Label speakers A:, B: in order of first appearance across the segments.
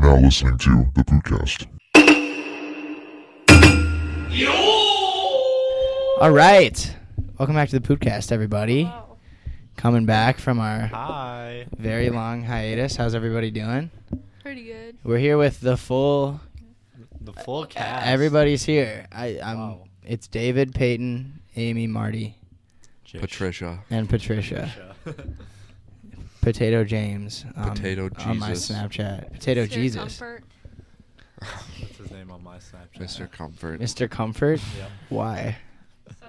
A: now listening to the Pootcast.
B: All right. Welcome back to the Pootcast, everybody.
C: Oh,
B: Coming back from our
D: Hi.
B: very long hiatus. How's everybody doing?
C: Pretty good.
B: We're here with the full.
D: The
B: Uh,
D: full cast.
B: Everybody's here. I, I'm.
D: Wow.
B: It's David, Peyton, Amy, Marty,
D: Jake.
E: Patricia.
B: and Patricia. Potato James. um,
E: Potato
B: On my
E: Jesus.
B: Snapchat. Potato
C: Mr.
B: Jesus.
C: Comfort.
D: That's his name on my Snapchat.
E: Mr. Comfort.
B: Mr. Comfort.
D: Yep.
B: Why?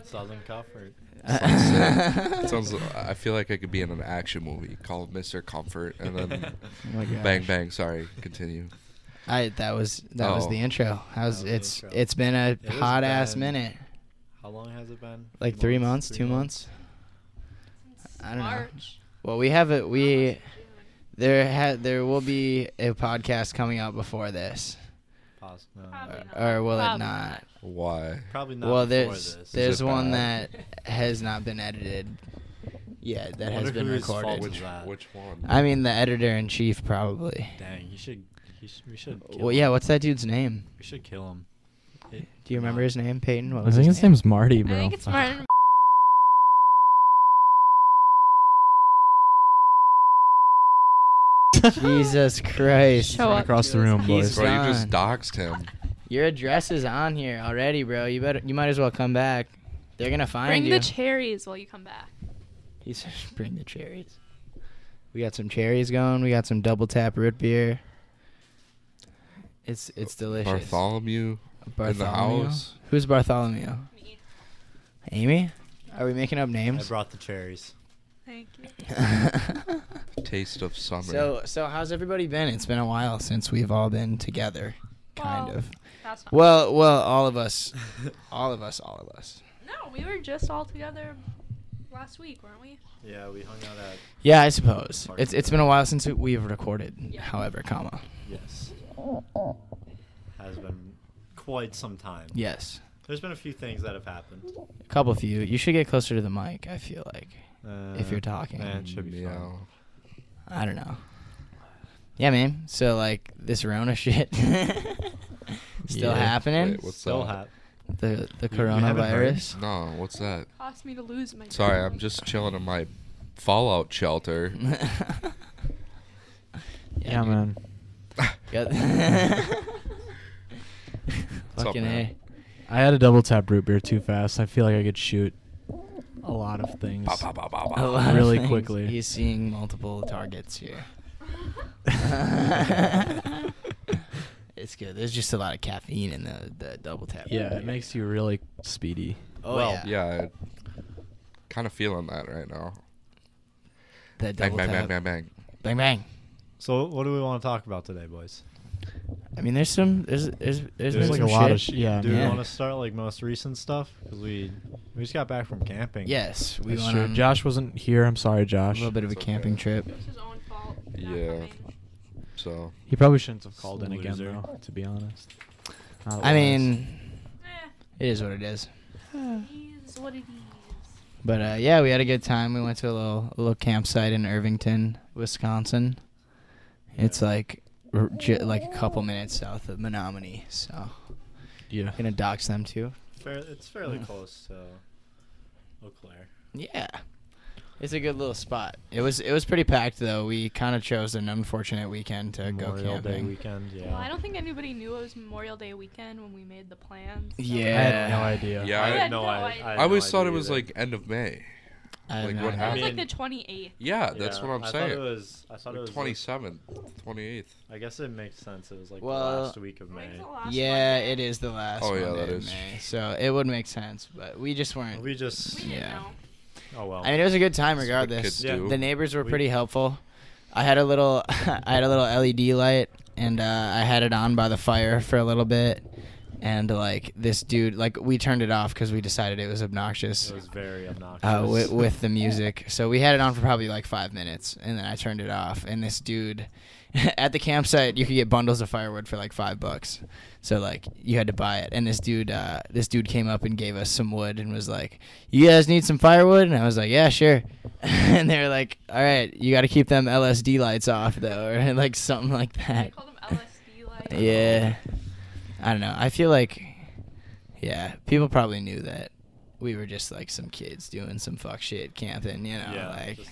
D: Southern Comfort.
E: That sounds. I feel like I could be in an action movie called Mr. Comfort, and then
B: Oh my gosh.
E: bang bang. Sorry, continue.
B: I that was that was
E: Oh.
B: the intro.
D: That was
B: How's
D: the
B: it's
D: intro.
B: it's been a
D: It has
B: hot ass
D: been
B: minute.
D: How long has it been?
B: Like three months, two months. I don't know.
C: March.
B: Well, we have it. We
C: Almost June.
B: there ha- there will be a podcast coming out before this,
D: Pause. No, no,
C: Probably
D: no.
C: not.
B: or will it
C: Probably
B: not?
E: Why?
D: Probably not. before
B: Well, there's
D: this.
B: there's
E: it
B: one
E: bad?
B: that has not been edited yet that has
D: Wonder
B: been
D: whose fault
B: recorded.
D: was
E: Which
D: that?
E: which one?
B: I mean, the editor in chief probably.
D: Dang, you should. You should we should. Kill
B: Well,
D: him.
B: yeah. What's that dude's name?
D: We should kill him. It-
B: Do you remember his name, Peyton? What
F: I
B: was
F: think his
B: name?
F: name's Marty, bro.
C: I think it's Martin.
B: Jesus Christ!
C: Show up.
F: across the room,
B: He's
F: boys.
E: Bro, you just
B: gone.
E: doxed him.
B: Your address is on here already, bro. You better. You might as well come back. They're gonna find
C: Bring
B: you.
C: the cherries while you come back.
B: He says, "Bring the cherries." We got some cherries going. We got some double tap root beer. It's it's delicious.
E: Bartholomew in the house.
B: Who's Bartholomew?
C: Me.
B: Amy? Are we making up
D: I
B: names?
D: brought the cherries.
C: Thank you.
E: Taste of summer.
B: so so how's everybody been? It's been a while since we've all been together, kind
C: Well-
B: of.
C: That's not.
B: Well, well, all of us, all of us, all of us.
C: no, we were just all together last week, weren't we?
D: yeah, we hung out at.
B: Yeah, I suppose it's it's been a while since we've recorded.
C: Yeah.
B: However, comma
D: Yes. Has been quite some time.
B: yes,
D: There's been a few things that have happened.
B: a couple of you. You should get closer to the mic. I feel like.
D: Uh,
B: If you're talking.
D: man, it should be fine.
E: Meow.
B: I don't know. Yeah, man. So like this Rona shit still
F: Yeah.
B: happening.
E: Wait, what's
D: Still
E: that?
D: hap-
B: the the
D: You- you haven't heard?
B: coronavirus.
E: No, what's that?
C: Cost me to lose my.
E: Sorry, I'm
C: family.
E: just chilling in my fallout shelter.
F: Yeah, man.
B: Got-
E: up,
B: Fucking
E: man?
B: a.
F: I had a double tap root beer too fast. I feel like I could shoot a lot of things.
E: Ba, ba, ba, ba,
B: A
E: ba.
B: lot of
F: Really
B: things.
F: quickly.
B: He's seeing multiple targets here. it's good. There's just a lot of caffeine in the, the double tap.
F: Yeah, it makes you really speedy.
B: Oh
D: well,
B: yeah.
E: Yeah, kind of feeling that right now.
B: The
E: Bang
B: double
E: bang bang
B: tap.
E: bang bang.
B: bang bang.
D: So, what do we want to talk about today, boys?
B: I mean, there's some there's there's there's,
D: There's
B: been
D: like
B: some
D: a
F: lot of
B: shit.
F: sh- yeah,
D: Do we
B: Yeah.
D: want to start like most recent stuff? Because we we just got back from camping.
B: Yes, we
F: That's
B: went
F: true.
B: on
F: Josh wasn't here. I'm sorry,
B: a
F: Josh.
B: little bit of a
E: It's okay.
B: camping trip.
C: It was his own fault. for not
E: Yeah.
C: coming.
E: So
F: He probably shouldn't have called in again,
D: Loser.
F: though, to be honest. Not
B: I
F: wise.
B: mean,
C: Eh,
B: it is what it is.
C: it is what it is.
B: But uh, yeah, we had a good time. We went to a little a little campsite in Irvington, Wisconsin. It's like r- j- like a couple minutes south of Menominee, so
F: yeah.
B: gonna dox them too.
D: Fair, it's fairly
B: Yeah.
D: close to Eau Claire.
B: Yeah. It's a good little spot. It was it was pretty packed though. We kind of chose an unfortunate weekend to go
D: Memorial
B: camping.
D: Day weekend. Yeah.
C: Well, I don't think anybody knew it was Memorial Day weekend when we made the plans. so-
B: Yeah.
F: I had no idea.
E: Yeah,
D: I
E: I-
D: had no
C: I had no
D: idea.
C: idea.
D: had
E: I always
D: no
E: thought it
D: idea
E: was
D: either.
E: like end of May.
B: I have
E: Like,
B: no
E: what
B: idea.
C: That
E: happened?
C: was like
D: mean-
C: the 28th.
E: Yeah, uh, that's
D: Yeah,
E: what I'm
D: I
E: saying.
D: Thought it was, I thought it was.
E: Twenty
D: Like,
E: seventh, twenty eighth.
D: I guess it makes sense. It was like the
B: Well,
D: last week of May.
C: When's the last
B: Yeah,
C: Monday?
B: it is the last.
E: Oh,
B: Oh
E: yeah,
B: yeah,
E: that is.
B: May, so it would make sense, but we just weren't.
D: We just.
C: We didn't
B: Yeah.
C: know.
D: Oh well.
B: I mean, it was a good time
E: That's what
B: regardless.
E: kids
D: Yeah.
E: do.
B: The neighbors were
D: We-
B: pretty helpful. I had a little, I had a little LED light, and uh, I had it on by the fire for a little bit. And like this dude, like we turned it off because we decided it was obnoxious
D: It was very obnoxious.
B: uh, with, with the music. So we had it on for probably like five minutes, and then I turned it off. And this dude at the campsite, you could get bundles of firewood for like five bucks. So like you had to buy it. And this dude, uh, this dude came up and gave us some wood and was like, "You guys need some firewood?" And I was like, "Yeah, sure." and they were like, "All right, you got to keep them LSD lights off though, or like something like
C: I
B: that."
C: called them LSD
B: Yeah. I don't know. I feel like, yeah, people probably knew that we were just like some kids doing some fuck shit camping. You know, like
D: just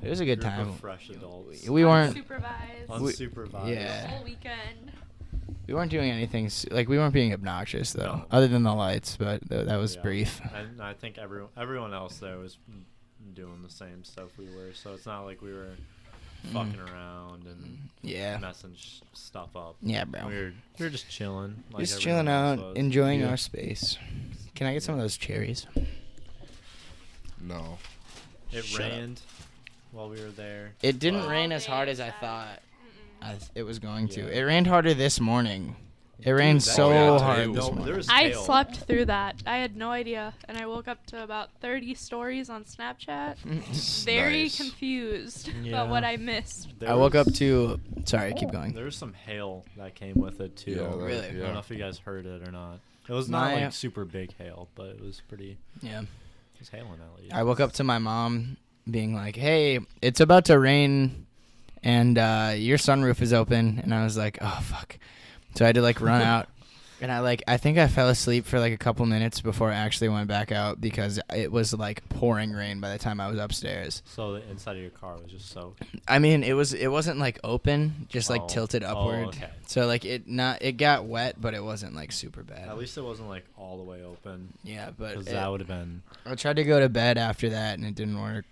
B: it was a good
D: group of
B: time.
D: fresh adults.
B: We weren't.
C: supervised.
B: We-
D: unsupervised.
C: the
B: yeah.
C: whole weekend.
B: We weren't doing anything s- like we weren't being obnoxious though, other than the lights. But th- that was
D: Yeah.
B: brief.
D: And I think everyone everyone else there was doing the same stuff we were, so it's not like we were
B: Mm.
D: fucking around and
B: Yeah.
D: messing sh- stuff up.
B: Yeah, bro.
D: We were we were just chilling, like
B: just chilling
D: everyone
B: out,
D: else was.
B: enjoying
D: Yeah.
B: our space. Can I get some of those cherries?
E: No.
D: It
B: Shut up.
D: rained while we were there.
B: It didn't
D: but-
B: rain
C: All
B: as
C: day
B: hard as I
C: Saturday.
B: thought
C: Mm-mm.
B: I th- it was going
D: Yeah.
B: to. It rained harder this morning. It rained
D: that-
B: so
E: Oh, yeah, today
B: hard
E: was
B: this
E: No,
B: morning.
E: there
D: was-
C: I
D: Fail.
C: slept through that. I had no idea, and I woke up to about 30 stories on Snapchat. Very
E: Nice.
C: confused
F: Yeah.
C: about what I missed.
D: There
B: I woke
D: was-
B: up to. Sorry, keep going.
D: There was some hail that came with it too.
E: Yeah, that-
B: Really?
D: I don't know
E: Yeah.
D: if you guys heard it or not. It was not
B: My-
D: like super big hail, but it was pretty.
B: Yeah.
D: It was hailing at least.
B: I woke up to my mom being like, "Hey, it's about to rain, and uh, your sunroof is open." And I was like, "Oh fuck!" So I had to like run out, and I like I think I fell asleep for like a couple minutes before I actually went back out because it was like pouring rain by the time I was upstairs.
D: So the inside of your car was just so.
B: I mean, it was it wasn't like open, just like
D: Oh.
B: tilted
D: Oh,
B: upward.
D: okay.
B: So like it not it got wet, but it wasn't like super bad.
D: At least it wasn't like all the way open.
B: yeah, but
D: 'cause
B: it-
D: that would have been.
B: I tried to go to bed after that and it didn't work.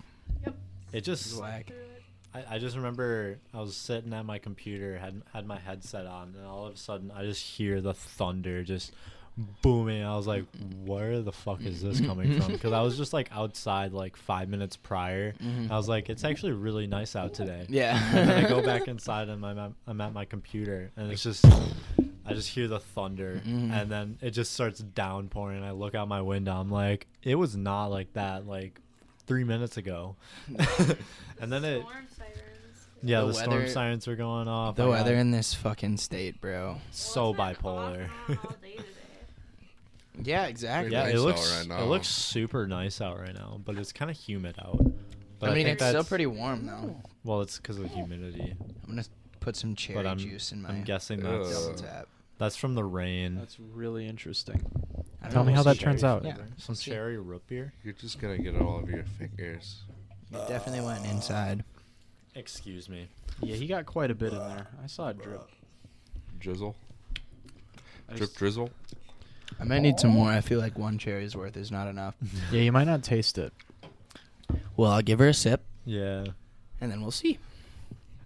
C: Yep.
D: It
B: It
D: just.
B: was whack.
C: Through it.
D: I, I just remember I was sitting at my computer, had had my headset on, and all of a sudden I just hear the thunder just booming. I was like, "Where the fuck is this coming from?" Because I was just like outside like five minutes prior. I was like, "It's actually really nice out today." Oh. And then I
B: Mm-hmm. Yeah.
D: go back inside and I'm at, I'm at my computer, and it's just I just hear the thunder,
B: Mhm.
D: and then it just starts downpouring. I look out my window. I'm like, "It was not like that like three minutes ago," and then it.
C: Storm sirens.
D: Yeah,
B: The
D: the, storm
B: weather-
D: sirens were going off.
B: the
D: I
B: weather
D: got
B: in this fucking state, bro.
D: so
C: Well, it's been off
D: bipolar.
C: and on all day today.
B: Yeah, exactly.
D: yeah,
E: nice
D: it
E: out
D: looks
E: right now.
D: it looks super nice out right now, but it's kind of humid out. But
B: I mean,
D: think
B: it's still
D: that's-
B: pretty warm though.
D: Well, it's because of the humidity.
B: I'm gonna put some cherry
D: But I'm
B: juice in my
D: I'm guessing
E: Ugh.
D: that's
B: double tap.
D: that's from the rain.
F: That's really interesting.
B: I don't
F: Tell
B: know
F: me
B: what
F: how
B: the
F: that turns
B: cherry
F: out.
B: flavor- Yeah,
D: Some
B: let's see.
D: cherry root beer.
E: You're just gonna get it all over your fingers.
B: It definitely went inside.
D: Excuse me.
F: Yeah, he got quite a bit in there. I saw it drip.
E: Drizzle.
F: I
E: Drip
F: just-
E: drizzle.
B: I might need some more. I feel like one cherry's worth is not enough.
F: Yeah, you might not taste it.
B: Well, I'll give her a sip,
D: Yeah,
B: and then we'll see.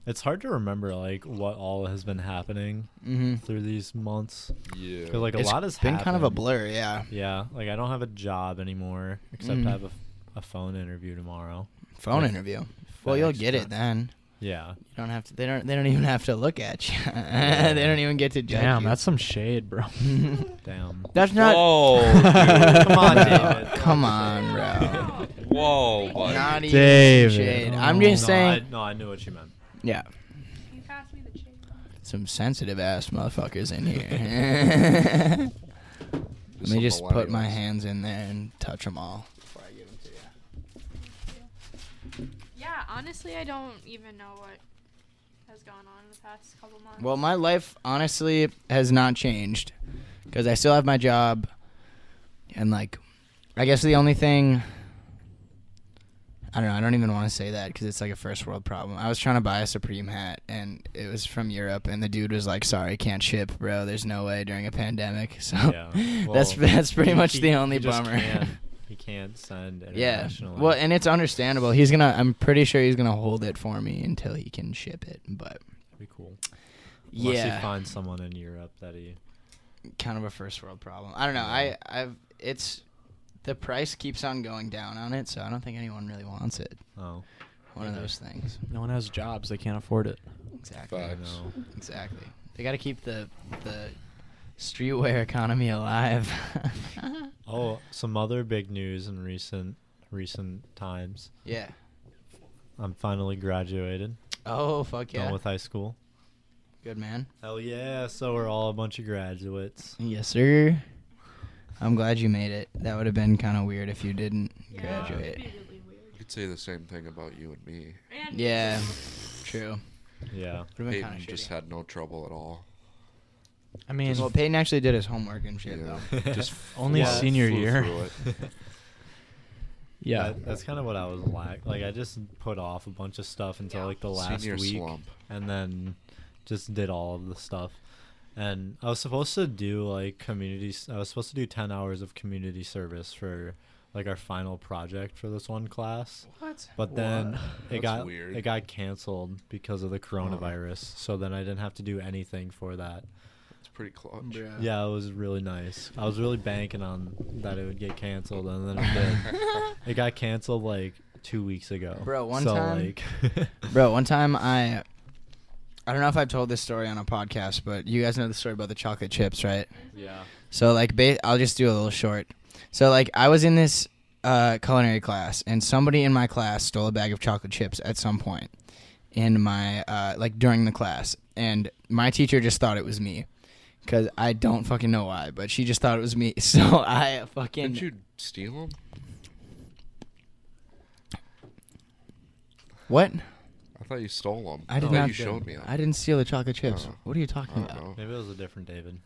D: it's hard to remember like what all has been happening
B: Mm-hmm.
D: through these months.
E: Yeah.
D: 'Cause, like a
B: It's
D: lot has
B: been kind of a
D: happened.
B: blur, yeah.
D: Yeah, like I don't have a job anymore except
B: Mhm.
D: I have a, a phone interview tomorrow.
B: Phone
D: Like,
B: interview. Well, you'll
D: FedEx
B: get it
D: truck.
B: then.
D: Yeah.
B: You don't have to. They don't. They don't even have to look at you. they don't even get to judge
F: Damn,
B: you.
F: that's some shade, bro.
D: Damn.
B: that's not.
E: Whoa,
D: Come on,
B: No,
D: David.
B: Come on, bro.
C: Wow.
E: dude. Whoa, buddy.
B: Not even
F: David.
B: shade. I'm
F: Oh,
B: just
D: no,
B: saying.
D: I, no, I knew what you meant.
B: yeah.
C: You passed me the chain.
B: Some sensitive ass motherfuckers in here. Let me
E: Some
B: just put my
E: millennials.
B: hands in there and touch them all.
C: Yeah, honestly, I don't even know what has gone on in the past couple months.
B: Well, my life honestly has not changed because I still have my job, and like, I guess the only thing I don't know. I don't even want to say that because it's like a first world problem. I was trying to buy a Supreme hat, and it was from Europe, and the dude was like, "Sorry, can't ship, bro. There's no way during a pandemic." So
D: Yeah.
B: that's
D: Well,
B: that's pretty
D: He-
B: much
D: he-
B: the only
D: he just
B: bummer.
D: Can't, he can't send
B: yeah.
D: internationally.
B: Well, and it's understandable. He's gonna. I'm pretty sure he's gonna hold it for me until he can ship it. But
D: be cool. Unless
B: yeah,
D: he finds someone in Europe that he.
B: kind of a first world problem. I don't know.
D: Yeah.
B: I I've it's the price keeps on going down on it, so I don't think anyone really wants it.
D: Oh,
B: One of those things.
F: No one has jobs; they can't afford it.
B: Exactly.
D: I
E: Fuck.
D: know.
B: Exactly. They got to keep the the streetwear economy alive.
D: Oh, some other big news in recent recent times.
B: yeah.
D: I'm finally graduated.
B: Oh fuck yeah.
D: Done with high school.
B: Good man.
D: Hell yeah! So we're all a bunch of graduates.
B: Yes sir. I'm glad you made it. That would have been kind of weird if you didn't
C: yeah,
B: graduate.
C: It'd be really weird.
E: You could say the same thing about you and me.
C: And
B: Yeah. True.
D: Yeah.
B: Would have been kind
E: Peyton
B: of
E: just
B: shitty.
E: had no trouble at all.
F: I mean,
B: well, Peyton actually did his homework and shit
E: Yeah.
B: though.
E: Just
F: Only
E: flew-
F: senior
E: flew
F: year.
E: through it.
F: yeah.
D: That- that's kind of what I was like. Like I just put off a bunch of stuff until like the last
E: senior
D: week,
E: slump.
D: and then just did all of the stuff. And I was supposed to do like community. s- I was supposed to do ten hours of community service for like our final project for this one class.
B: What?
D: But then it
E: That's
D: got
E: weird.
D: it got canceled because of the coronavirus. So then I didn't have to do anything for that.
E: It's pretty clutch.
D: Yeah, it was really nice. I was really banking on that it would get canceled, and then it did. it got canceled like two weeks ago.
B: Bro, one
D: so,
B: time-
D: like,
B: Bro, one time I I don't know if I've told this story on a podcast, but you guys know the story about the chocolate chips, right?
D: yeah,
B: So like ba- I'll just do a little short. So like I was in this uh, culinary class and somebody in my class stole a bag of chocolate chips at some point in my uh, like during the class and my teacher just thought it was me cuz I don't fucking know why, but she just thought it was me. So I fucking
E: Didn't you steal them?
B: What?
E: I thought you stole them.
B: I did
E: thought
B: not
E: you showed me them.
B: I didn't steal the chocolate chips.
E: Oh.
B: What are you
E: I
B: talking
E: don't
B: about?
E: know.
D: maybe it was a different David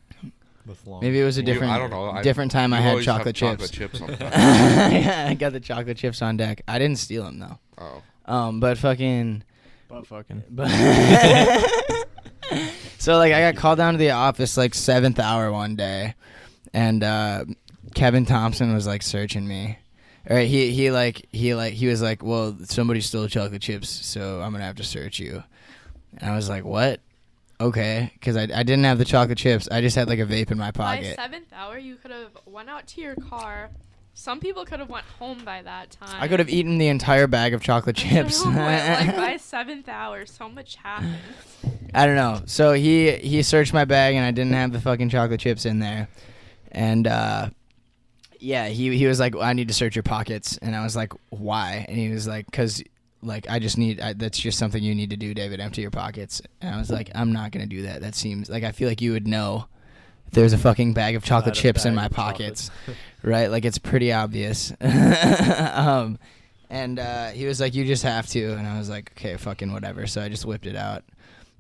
D: with long.
B: Maybe it was a
E: You-
B: different
E: I don't know. I-
B: different time I
E: you
B: had
E: always have
B: chocolate chips.
E: Chocolate chips on
B: yeah, I got the chocolate chips on deck. I didn't steal them though.
E: Oh,
B: Um, but fucking
F: But fucking.
B: But so like I got called down to the office like seventh hour one day, and uh, Kevin Thompson was like searching me. All right, he he like he like he was like, well, somebody stole chocolate chips, so I'm gonna have to search you. And I was like, what? Okay, because I, I didn't have the chocolate chips. I just had like a vape in my
C: By
B: pocket.
C: seventh hour, you could have went out to your car. Some people could have went home by that time.
B: I could have eaten the entire bag of chocolate chips.
C: Everyone went, like, by seventh hour, so much happens.
B: I don't know. So he he searched my bag and I didn't have the fucking chocolate chips in there. And uh yeah, he he was like, "I need to search your pockets." And I was like, "Why?" And he was like, "Cuz like I just need I, that's just something you need to do, David, empty your pockets." And I was like, "I'm not going to do that. That seems like I feel like you would know if there's a fucking bag of chocolate
D: Had a
B: chips in
D: bag
B: my
D: of chocolate.
B: pockets." right? Like it's pretty obvious. um, and uh, he was like, "You just have to," and I was like, "Okay, fucking whatever." So I just whipped it out,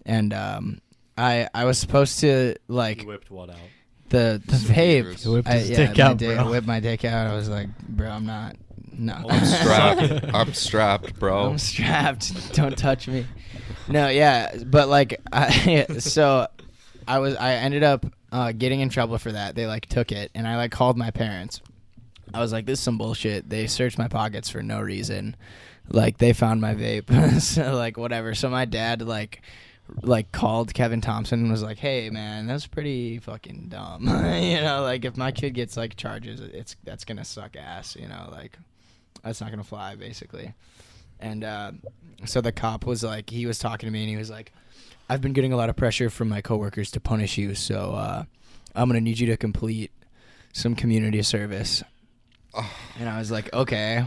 B: and um, I I was supposed to like
D: He whipped what out?
B: the the
E: Sneakers.
B: vape.
F: Whipped
B: I,
F: his
B: yeah,
F: dick
B: my
F: out,
B: dick-
F: bro.
B: I whipped my dick out. I was like, "Bro, I'm not." No,
D: Oh,
E: I'm strapped.
D: Suck it.
E: I'm strapped, bro.
B: I'm strapped. Don't touch me. No, yeah, but like, I, so I was. I ended up uh, getting in trouble for that. They like took it, and I like called my parents. I was like, "This is some bullshit." They searched my pockets for no reason. Like they found my vape, so like whatever. So my dad like like called Kevin Thompson and was like, "Hey man, that's pretty fucking dumb." you know, like if my kid gets like charges, it's that's gonna suck ass. You know, like that's not gonna fly basically. And uh, so the cop was like, he was talking to me and he was like, I've been getting a lot of pressure from my coworkers to punish you, so uh, I'm gonna need you to complete some community service. And I was like, okay,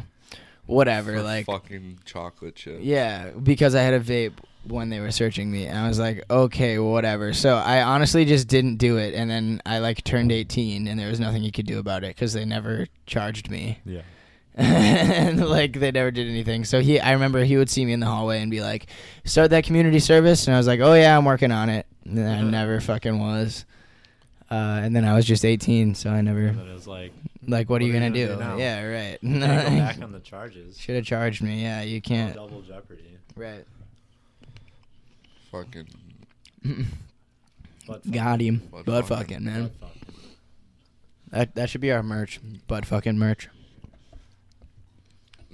B: whatever.
E: For
B: like,
E: fucking chocolate chips.
B: yeah, because I had a vape when they were searching me, and I was like, okay, whatever. So I honestly just didn't do it, and then I like turned 18, and there was nothing you could do about it because they never charged me
D: Yeah.
B: and like they never did anything. So he, I remember he would see me in the hallway and be like, "Start that community service," and I was like, "Oh yeah, I'm working on it." And then I never fucking was. Uh, and then I was just 18, so I
D: And
B: never
D: then it was like
B: like, what, are you gonna, do?
D: now?
B: yeah, right.
D: "Can't go back on the charges.
B: Should have charged me. Yeah, you can't.
D: Double jeopardy.
B: Right.
E: Fucking.
D: But
B: Got him.
E: Butt
B: Butt
E: fucking.
B: fucking man.
D: fuck.
B: That that should be our merch. Butt fucking merch.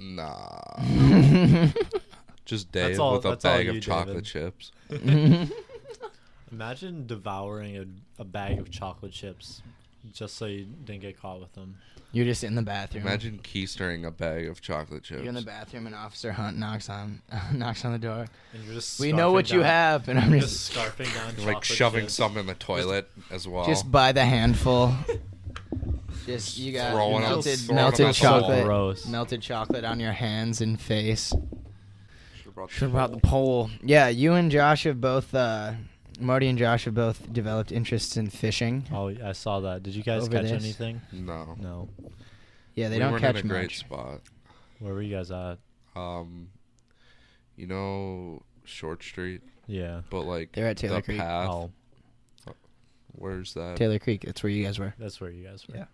E: Nah. Just Dave
D: That's all-
E: with a
D: that's all
E: bag
D: you,
E: of
D: David.
E: chocolate chips.
D: Imagine devouring a, a bag of chocolate chips just so you didn't get caught with them.
B: You're just in the bathroom.
E: Imagine keystering a bag of chocolate chips.
B: You're in the bathroom and Officer Hunt knocks on knocks on the door.
D: And you're just
B: We know
D: scarfing
B: what you
D: down-
B: have, and I'm
D: Just
B: just
D: scarfing down
E: You're,
D: chocolate
E: like shoving
D: chips.
E: some in the toilet as well.
B: Just by the handful. Just you got
E: Throwing 'em-
B: melted
E: throwing 'em
B: melted
E: at the wall.
B: chocolate,
D: Gross.
B: melted chocolate on your hands and face.
E: Should've brought the
B: Should about the
E: pole.
B: pole. Yeah, you and Josh have both. Uh, Marty and Josh have both developed interests in fishing.
D: Oh, I saw that. Did you guys
B: Over
D: catch
B: this.
D: anything?
E: No.
D: No.
B: Yeah, they
E: We
B: don't
E: weren't
B: catch
E: in a great
B: much.
E: spot.
D: Where were you guys at?
E: Um, you know, Short Street,
D: Yeah.
E: but like
B: They're at Taylor
E: the
B: Creek.
E: path.
D: Oh,
E: Where's that? Is
B: Taylor Creek. That's where you guys were.
D: that's where you guys were.
B: Yeah.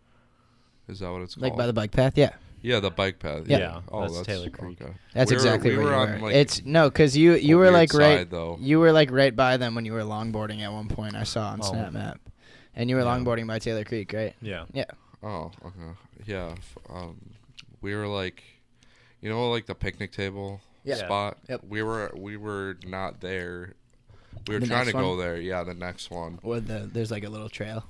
E: that what it's called?
B: Like by the bike path. Yeah,
E: yeah, the bike path.
D: Yeah.
E: Yeah,
D: Yeah,
E: oh,
D: that's
E: that's,
D: Taylor Creek.
E: okay.
B: that's
E: We were-
B: exactly
E: we
B: where
E: were
B: you
E: on,
B: were.
E: like,
B: it's no, cause you you were
E: weird
B: like right
E: side, though.
B: you were like right by them when you were longboarding at one point. I saw on
D: Oh.
B: Snap Map, and you were
D: Yeah.
B: longboarding by Taylor Creek, right?
D: Yeah.
B: Yeah.
E: Oh, okay. Yeah. f- Um, we were like, you know, like the picnic table
B: Yeah.
D: Yeah.
E: spot.
B: Yep.
E: We were we were not there. We were
B: The
E: trying
B: next
E: to go
B: one?
E: there. Yeah, the next one.
B: Or the there's like a little trail.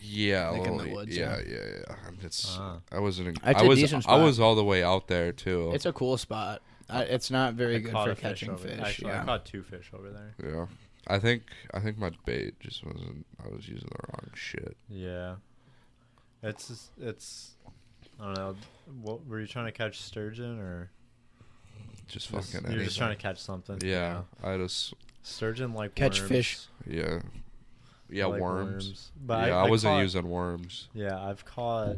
E: Yeah,
B: Like in the
E: little-
B: woods,
E: Yeah, yeah, yeah. And it's
D: Ah.
E: I wasn't. in-
B: That's
E: I
B: a
E: was.
B: decent
E: I
B: spot.
E: was all the way out there too.
B: It's a cool spot. I, it's not very
D: I
B: good
D: caught
B: for
D: a fish
B: catching
D: over-
B: fish.
D: Actually,
B: yeah.
D: I caught two fish over there.
E: yeah. I think I think my bait just wasn't. I was using the wrong shit.
D: Yeah. It's just- it's I don't know. What were you trying to catch sturgeon or
E: Just
D: just-
E: fucking.
D: you're just trying to
E: anything.
D: catch something?
E: Yeah, I just
D: Sturgeon like
B: Catch
D: worms,
B: fish.
E: yeah, yeah
D: like
E: worms.
D: But
E: yeah, I, wasn't
D: caught-
E: using worms.
D: Yeah, I've caught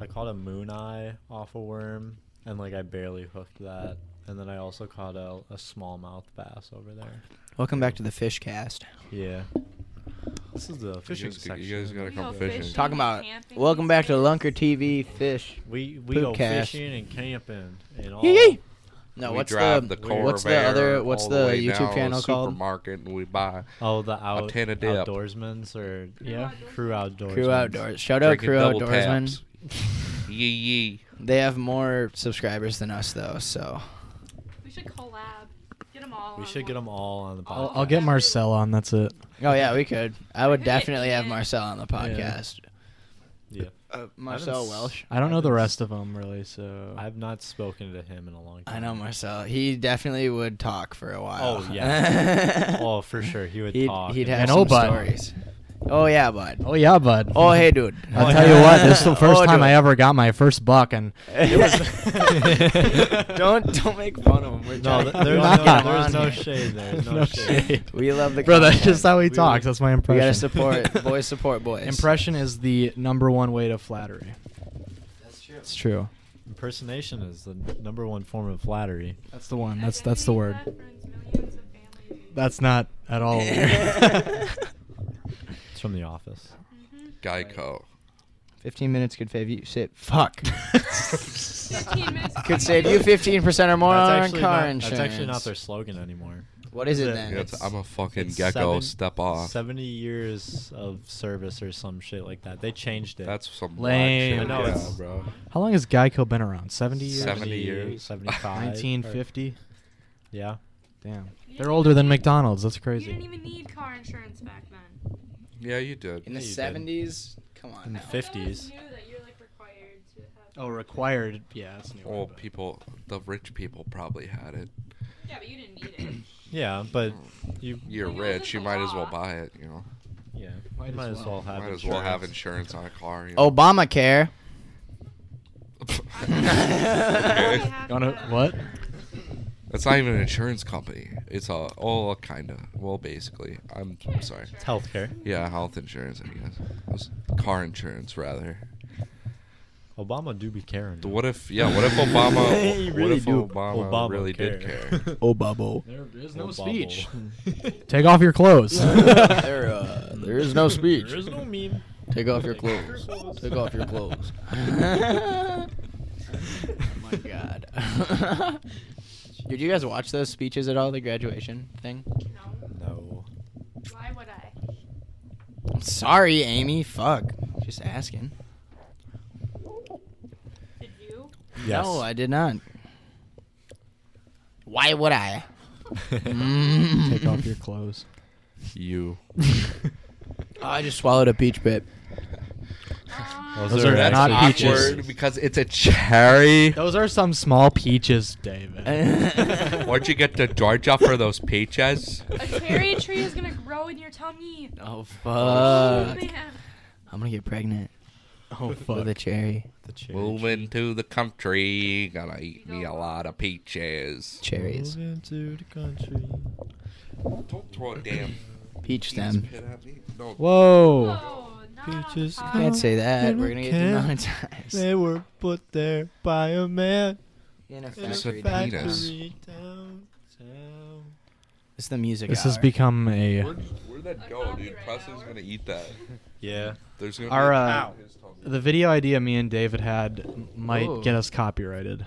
D: I caught a moon eye off a worm and like I barely hooked that. And then I also caught a, a smallmouth bass over there.
B: Welcome back to the fish cast.
D: Yeah. This is the fishing
E: guys- you
D: section.
E: guys gotta
C: We
E: come
C: go
E: fishing.
C: fishing,
B: Talking about
C: camping
B: welcome
C: these
B: back to
C: days.
B: Lunker TV fish.
D: we we
B: Poop
D: go
B: cast.
D: fishing and camping and all.
B: Yee yee. No,
E: we
B: what's
E: drive
B: the,
E: the, car
B: what's the
E: there
B: other what's
E: all
B: the,
E: way down
B: YouTube
E: to
B: channel
E: the
B: called?
E: Supermarket, and we buy
D: Oh, the out,
E: tin of dip.
D: outdoorsmans or
F: Yeah.
D: crew outdoors.
B: Crew Outdoors. Shout out
E: drinking
B: Crew
E: double
B: Outdoorsman.
E: taps. Yee yee.
B: They have more subscribers than us though, so
C: We should collab. Get them all.
D: We
C: on
D: should get
C: one.
D: them all on the podcast.
F: I'll, I'll get Marcel on. That's it.
B: oh yeah, we could. I would
C: Hey,
B: definitely have
C: man.
B: Marcel on the podcast.
D: yeah.
B: Uh, Marcel
D: s-
B: Welsh.
F: I don't know the rest of them really. So
D: I've not spoken to him in a long time.
B: I know Marcel. He definitely would talk for a while.
D: Oh, yeah. oh, for sure. He would
B: he'd,
D: talk.
B: he'd
D: and-
B: have
F: And
B: some
F: oh, bud.
B: stories. Oh yeah, bud.
F: oh yeah, bud.
B: Oh hey, dude.
F: I'll tell you what. This is the first
B: Oh,
F: time
B: dude.
F: I ever got my first buck, and
B: It was- don't don't make fun of him. We're
D: No,
B: trying-
D: th- there's
B: Come
D: no,
B: on,
D: there's no
B: man.
D: shade there. No,
F: No
D: shade.
F: shade.
B: We love the
F: bro, that's
B: content.
F: just how he
D: We
F: talks.
D: were-
F: That's my
B: We
F: impression.
B: gotta support boys. Support boys.
F: Impression is the number one way to flattery.
B: That's true.
F: It's true.
D: Impersonation is the n- number one form of flattery.
F: That's the one. That's that's the word.
C: Identity theft ruins millions of families.
F: That's not at all.
B: Oh.
D: It's from The Office.
C: Mhm.
E: Geico.
B: Fifteen minutes could save you. Shit. Fuck.
C: 15 minutes of
B: could
C: fame.
B: save you fifteen percent or more on
D: actually
B: car
D: not,
B: insurance.
D: That's actually not their slogan anymore.
B: What is it
F: Yeah,
B: then?
E: Yeah, it's- I'm a fucking
D: it's
E: gecko.
D: seven-
E: step off.
D: 70 years of service or some shit like that. They changed it.
E: That's some
F: Lame.
E: Lame.
D: I know,
E: yeah,
D: it's-
E: bro.
F: How long has Geico been around? Seventy years.
E: 70 years.
D: 75. or-
F: 1950.
D: Yeah.
F: Damn,
C: You
F: they're
C: didn't
F: older
C: even
F: than
C: need-
F: McDonald's. That's
C: You didn't
F: crazy.
C: even need car insurance back then.
E: Yeah, you did.
B: In
D: Yeah,
B: the
D: you did.
B: seventies. Come on.
D: In the
B: now.
C: Like,
D: 50s.
C: I almost knew that you're like required to have.
F: Oh, required. Yeah, that's new.
E: Well, people, the rich people probably had it.
C: Yeah, but you didn't need it.
D: Yeah, but you
E: You're
C: Like, it wasn't
E: rich, you
C: the
E: might as well
C: law.
E: buy it. You know,
D: yeah,
F: Might
D: might,
F: as
D: as well,
F: well.
D: have
E: might as
D: insurance.
E: well have insurance on a car.
B: Oh,
E: You know?
B: Obamacare.
E: Okay.
C: have
F: You wanna-
C: to have
F: what?
C: insurance.
E: That's not even an insurance company. It's a oh, kinda. Well, basically, I'm
C: Yeah,
E: sorry.
C: sure.
D: It's healthcare.
E: Yeah, health insurance, I guess. It was car insurance, rather.
D: Obama do be caring.
E: Th- What if, yeah, what if Obama,
D: He
E: what
D: really
E: if
D: do.
E: Obama,
D: Obama
E: really did
D: care.
E: care?
B: Obabo.
F: There is
D: no speech.
F: Take off your clothes.
B: there, uh, there is no speech.
D: There is no meme.
B: Take off your
D: Take off your
B: clothes.
D: clothes.
B: Take off your clothes.
F: Oh
B: my god. Did you guys watch those speeches at all? The graduation thing.
C: No.
D: No.
C: Why would I?
B: I'm sorry, Amy. Fuck. Just asking.
C: Did you?
D: Yes.
B: No, I did not. Why would I?
F: Take off your clothes.
E: you.
B: Oh, I just swallowed a peach pit.
C: Um,
D: Those are
E: That's
F: not
E: awkward
F: peaches.
E: because it's a cherry.
F: Those are some small peaches, David.
B: oh,
E: Where'd you get the Georgia for those peaches?
C: a cherry tree is gonna grow in your tummy.
B: Oh,
F: Uh,
B: fuck.
C: Oh, man.
B: I'm gonna get pregnant
F: oh
B: with a cherry.
D: The cherry
E: Moving to the country, gonna eat
C: You
E: me a
C: don't-
E: lot of peaches.
B: Cherries.
D: Moving to the country.
E: Don't throw a damn
B: Peach stem.
E: pit at me. No,
F: Whoa.
C: Oh, not
D: Peaches
C: on the
B: Can't
C: pod.
B: say that. We're gonna get
D: Can't.
B: demonetized.
D: They were put there by a man
B: In
D: in
B: a
D: a
E: Just a
B: factory.
E: penis.
D: factory downtown.
B: It's the music.
F: This
B: hour.
F: has become a.
E: Where'd, where'd that go, dude? Preston's gonna eat that.
D: Yeah.
E: There's gonna
F: Our,
E: be
F: uh, The video idea me and David had m- might
B: Ooh.
F: get us copyrighted.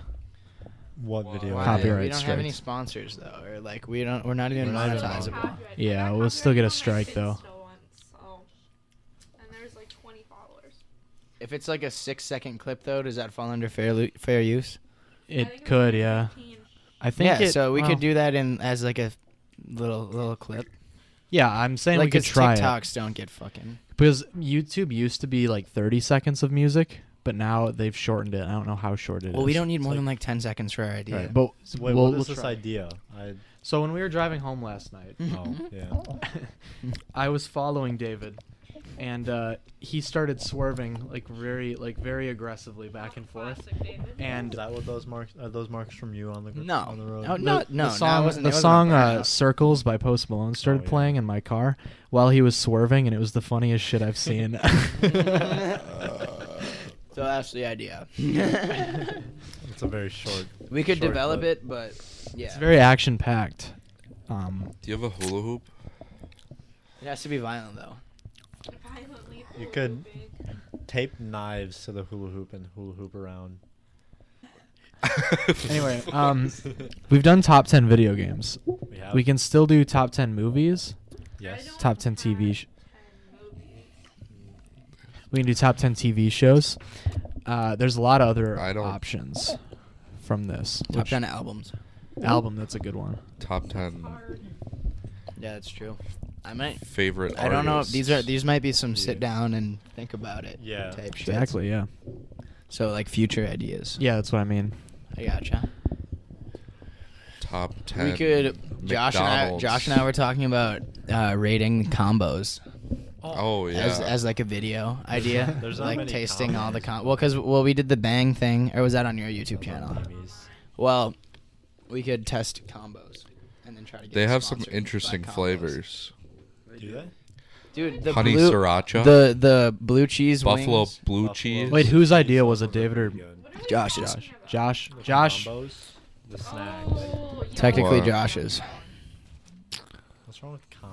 D: What
E: Wow.
D: video?
B: Why?
F: Copyright
B: We don't have any
F: strikes.
B: sponsors though, or like we don't. We're not even
D: We're not even
B: monetizable.
D: monetizable.
F: Yeah, we'll still get a strike, though.
C: And there's like 20 followers.
B: If it's like a six-second clip though, does that fall under fair lu- fair use?
C: I think
F: It
C: was
F: could,
C: like
F: yeah.
C: 15.
F: I think.
B: yeah.
F: it-
B: so we
F: well,
B: could do that in as like a little little clip.
F: Yeah, I'm saying
B: like
F: we could
B: 'cause
F: try it.
B: TikToks don't get fucking.
F: Because YouTube used to be like 30 seconds of music, but now they've shortened it. I don't know how short it is.
B: Well, we don't need more
D: like-
B: than like ten seconds for our idea.
F: Right, but
D: Wait,
F: we'll-
D: what
F: we'll
D: is this
F: try.
D: idea? I
F: So when we were driving home last night,
B: Mm-hmm.
F: uh,
D: oh yeah.
F: I was following David, and uh, he started swerving like very, like very aggressively back and forth.
C: Classic David.
F: And
D: Is that what those marks are? Those marks from you on the gr-
B: No.
D: on the road?
B: Oh, no.
F: the, the song,
B: it wasn't-
F: the
B: it wasn't a
F: song uh,
B: burnout.
F: "Circles" by Post Malone started
D: yeah.
F: playing in my car while he was swerving, and it was the funniest shit I've seen.
B: So that's the idea.
D: It's a very short.
B: we could
D: short
B: develop
D: clip.
B: it, but yeah,
F: It's very action packed. Um,
E: Do you have a hula hoop?
B: it has to be violent though.
C: Violently
D: You could-
C: hooping.
D: Tape knives to the hula hoop and hula hoop around.
F: anyway, um, we've done top ten video games.
D: We have.
F: We can still do top ten movies,
D: Yes.
C: I don't
F: top ten TV.
C: have
F: Sh-
C: 10 movies.
F: we can do top ten TV shows. Uh, there's a lot of other
E: I don't-
F: options from this
B: Top
F: which-
B: ten albums.
F: album. That's a good one.
E: Top ten
C: Hard.
B: Yeah, that's true. I might.
E: favorite.
B: I don't know. if
E: artists.
B: These are these might be some sit
D: Yeah.
B: down and think about it.
D: Yeah.
B: Type shit.
F: Exactly. Yeah.
B: So like future ideas.
F: Yeah, that's what I mean.
B: I gotcha.
E: top ten.
B: we could. Josh and I. Josh and I were talking about uh, rating combos
E: Oh yeah.
B: as as like a video idea.
D: There's not
B: like
D: many
B: tasting all the
D: combos.
B: com. Well, because well we did the bang thing, or was that on your YouTube
D: I
B: channel?
D: love memes.
B: Well, we could test combos and then try to. get
E: they have some
B: sponsored by
E: interesting
B: combos.
E: flavors.
D: Do they?
B: dude. The
E: Honey
B: blue,
E: sriracha,
B: the the blue cheese
E: buffalo
B: wings.
E: blue
D: Buffalo
E: cheese.
F: Wait, whose idea was it,
D: Those are
F: David or-
D: pretty good.
C: What are we
B: Josh,
C: talking
B: Josh,
D: The
C: about?
F: Josh. Josh.
D: combos, the snacks.
C: Oh, yeah.
B: Technically,
E: Wow.
B: Josh's.
D: What's wrong with
C: I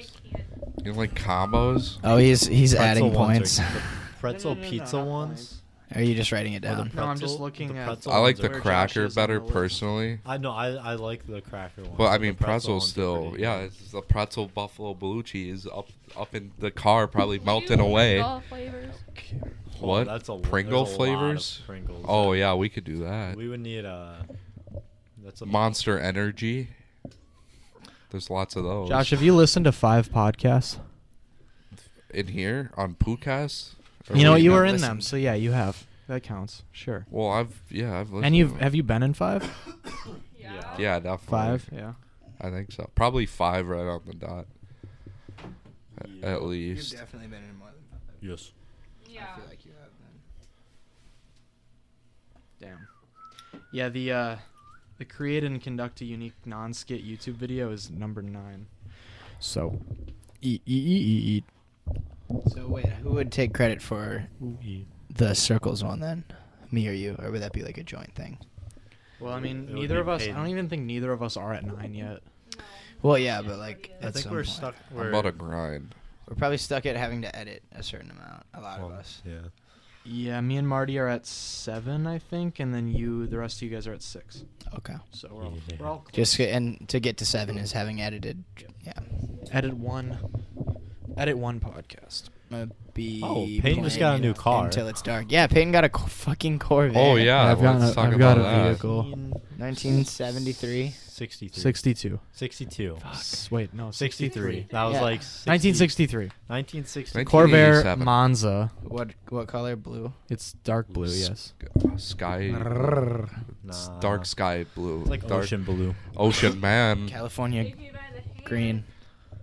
D: combos?
C: can't.
E: You like combos?
B: Oh, he's he's
D: Pretzel
B: adding
D: ones
B: points.
D: are- the pretzel
F: no, no,
D: pizza
F: not
D: ones.
B: Are you just writing it down?
F: No, I'm
D: pretzel-
F: just looking
D: the
F: at-
D: pretzel
E: I like
D: ones
E: the
D: are-
F: Where Josh
E: cracker
F: is on
E: better
F: the list.
E: personally.
D: I know. I, I like the cracker one.
E: But I mean, pretzel still, yeah. It's the pretzel buffalo blue cheese up up in the car, probably melting
C: You
E: away.
C: all flavors.
E: What?
D: that's a lo-
E: Pringle
D: there's a lot of
E: flavors?
D: Pringles.
E: Oh yeah, we could do that.
D: We would need a. That's a
E: Monster Energy. There's lots of those.
F: Josh, have you listened to five podcasts?
E: in here on Pukas? Or
F: You know
E: wait,
F: you
E: no.
F: were in
B: listened.
F: them, so yeah, you have. That counts. Sure.
E: Well, I've yeah, I've listened.
F: And you've
E: to them.
F: have you been in five?
C: Yeah.
E: yeah, definitely
F: Five. Yeah.
E: I think so. Probably five right on the dot. A- At least.
B: definitely been in more than
D: Yes.
C: Yeah.
B: like you have.
F: Damn. Yeah, the uh the create and conduct a unique non skit YouTube video is number nine. So E, eat eat eat eat
B: So wait, who would take credit for the circles one then? Me or you, or would that be like a joint thing?
F: Well I mean
D: It would
F: neither
D: be
F: of us I
D: paid.
F: don't even think neither of us are at nine yet.
C: No.
B: Well, yeah, but like
D: I
B: at
D: think
B: some
D: we're
B: point.
D: stuck.
E: I'm
D: We're
E: about to grind.
B: We're probably stuck at having to edit a certain amount. A lot
D: well,
B: of us.
D: Yeah.
F: Yeah, me and Marty are at seven, I think, and then you the rest of you guys are at six.
B: Okay.
F: So we're all,
D: Yeah.
F: we're all close.
B: Just and to get to seven is having edited. Yeah.
F: edit one edit one podcast.
B: Uh, be
D: Oh, Peyton just got a
B: playing
D: new car.
B: until it's dark. Yeah, Peyton got a co- fucking Corvette.
E: Oh yeah,
F: I've got
E: let's
F: a-
E: talk
F: I've
E: about
F: got a
E: that.
F: vehicle. Cool.
B: 1973.
D: 63.
F: Sixty two.
D: 62.
F: S- Wait, no,
D: 63. That was
B: Yeah.
D: like 60,
F: Nineteen sixty three.
D: 1963.
F: Corvair
E: 1987.
F: Monza.
B: What what color? Blue.
F: It's dark blue,
E: S-
F: yes.
E: Uh, Sky. s-
D: Nah.
E: Dark sky blue.
D: It's like
E: dark
D: ocean blue.
E: ocean
D: Mm.
E: man.
B: California
C: Take me by the hand.
B: green.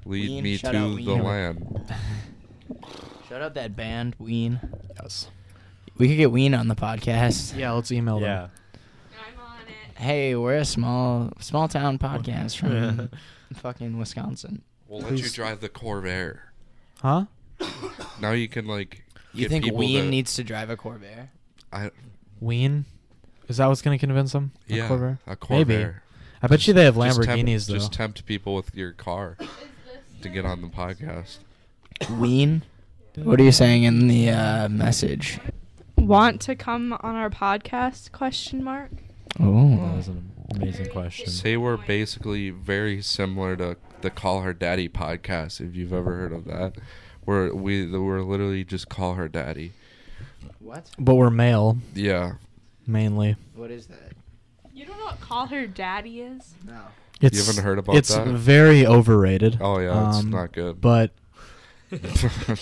E: Lead
B: Ween,
E: me
B: shout
E: to
B: out
E: the
B: Ween.
E: land.
B: Shout out that band Ween.
F: Yes.
B: We could get Ween on the podcast.
F: Yeah, let's email them.
D: Yeah.
C: I'm on it.
B: Hey, we're a small small town podcast from fucking Wisconsin.
E: We'll let you
F: Please.
E: drive the Corvair.
F: Huh?
E: Now you can like.
B: You
E: get
B: think
E: people
B: Ween
E: to-
B: needs to drive a Corvair?
E: I,
F: Ween? Is that what's going to convince him? A
E: yeah,
F: Corvair?
E: a Corvair.
F: Maybe. I I bet you they have
E: Just tempt- Just
F: Lamborghinis though.
E: tempt people with your car to get on the podcast.
B: Ween. What are you saying in the uh, message?
C: Want to come on our podcast? Question mark.
D: That
B: Oh.
D: was an amazing question.
E: Say we're basically very similar to the Call Her Daddy podcast, if you've ever heard of that. We're we we're literally just call her daddy.
B: What?
F: But we're male
E: Yeah,
F: mainly.
B: What is that?
C: You don't know what call her daddy is?
B: No.
F: It's,
E: haven't heard about
F: It's
E: that?
F: very overrated. Um,
E: Oh, yeah, it's not good.
F: But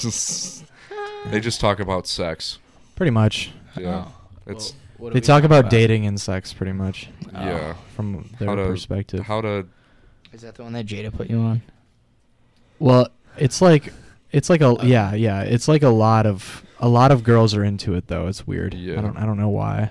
E: they just talk about sex.
F: pretty much,
B: Oh.
E: Yeah, it's
F: they talk about, dating and sex pretty much uh,
E: yeah.
F: from their
E: how to,
F: perspective.
E: How to?
B: Is that the one that Jada put you on?
F: well, it's like it's like a yeah yeah it's like a lot of a lot of girls are into it though. It's weird.
E: Yeah.
F: I don't I don't know why.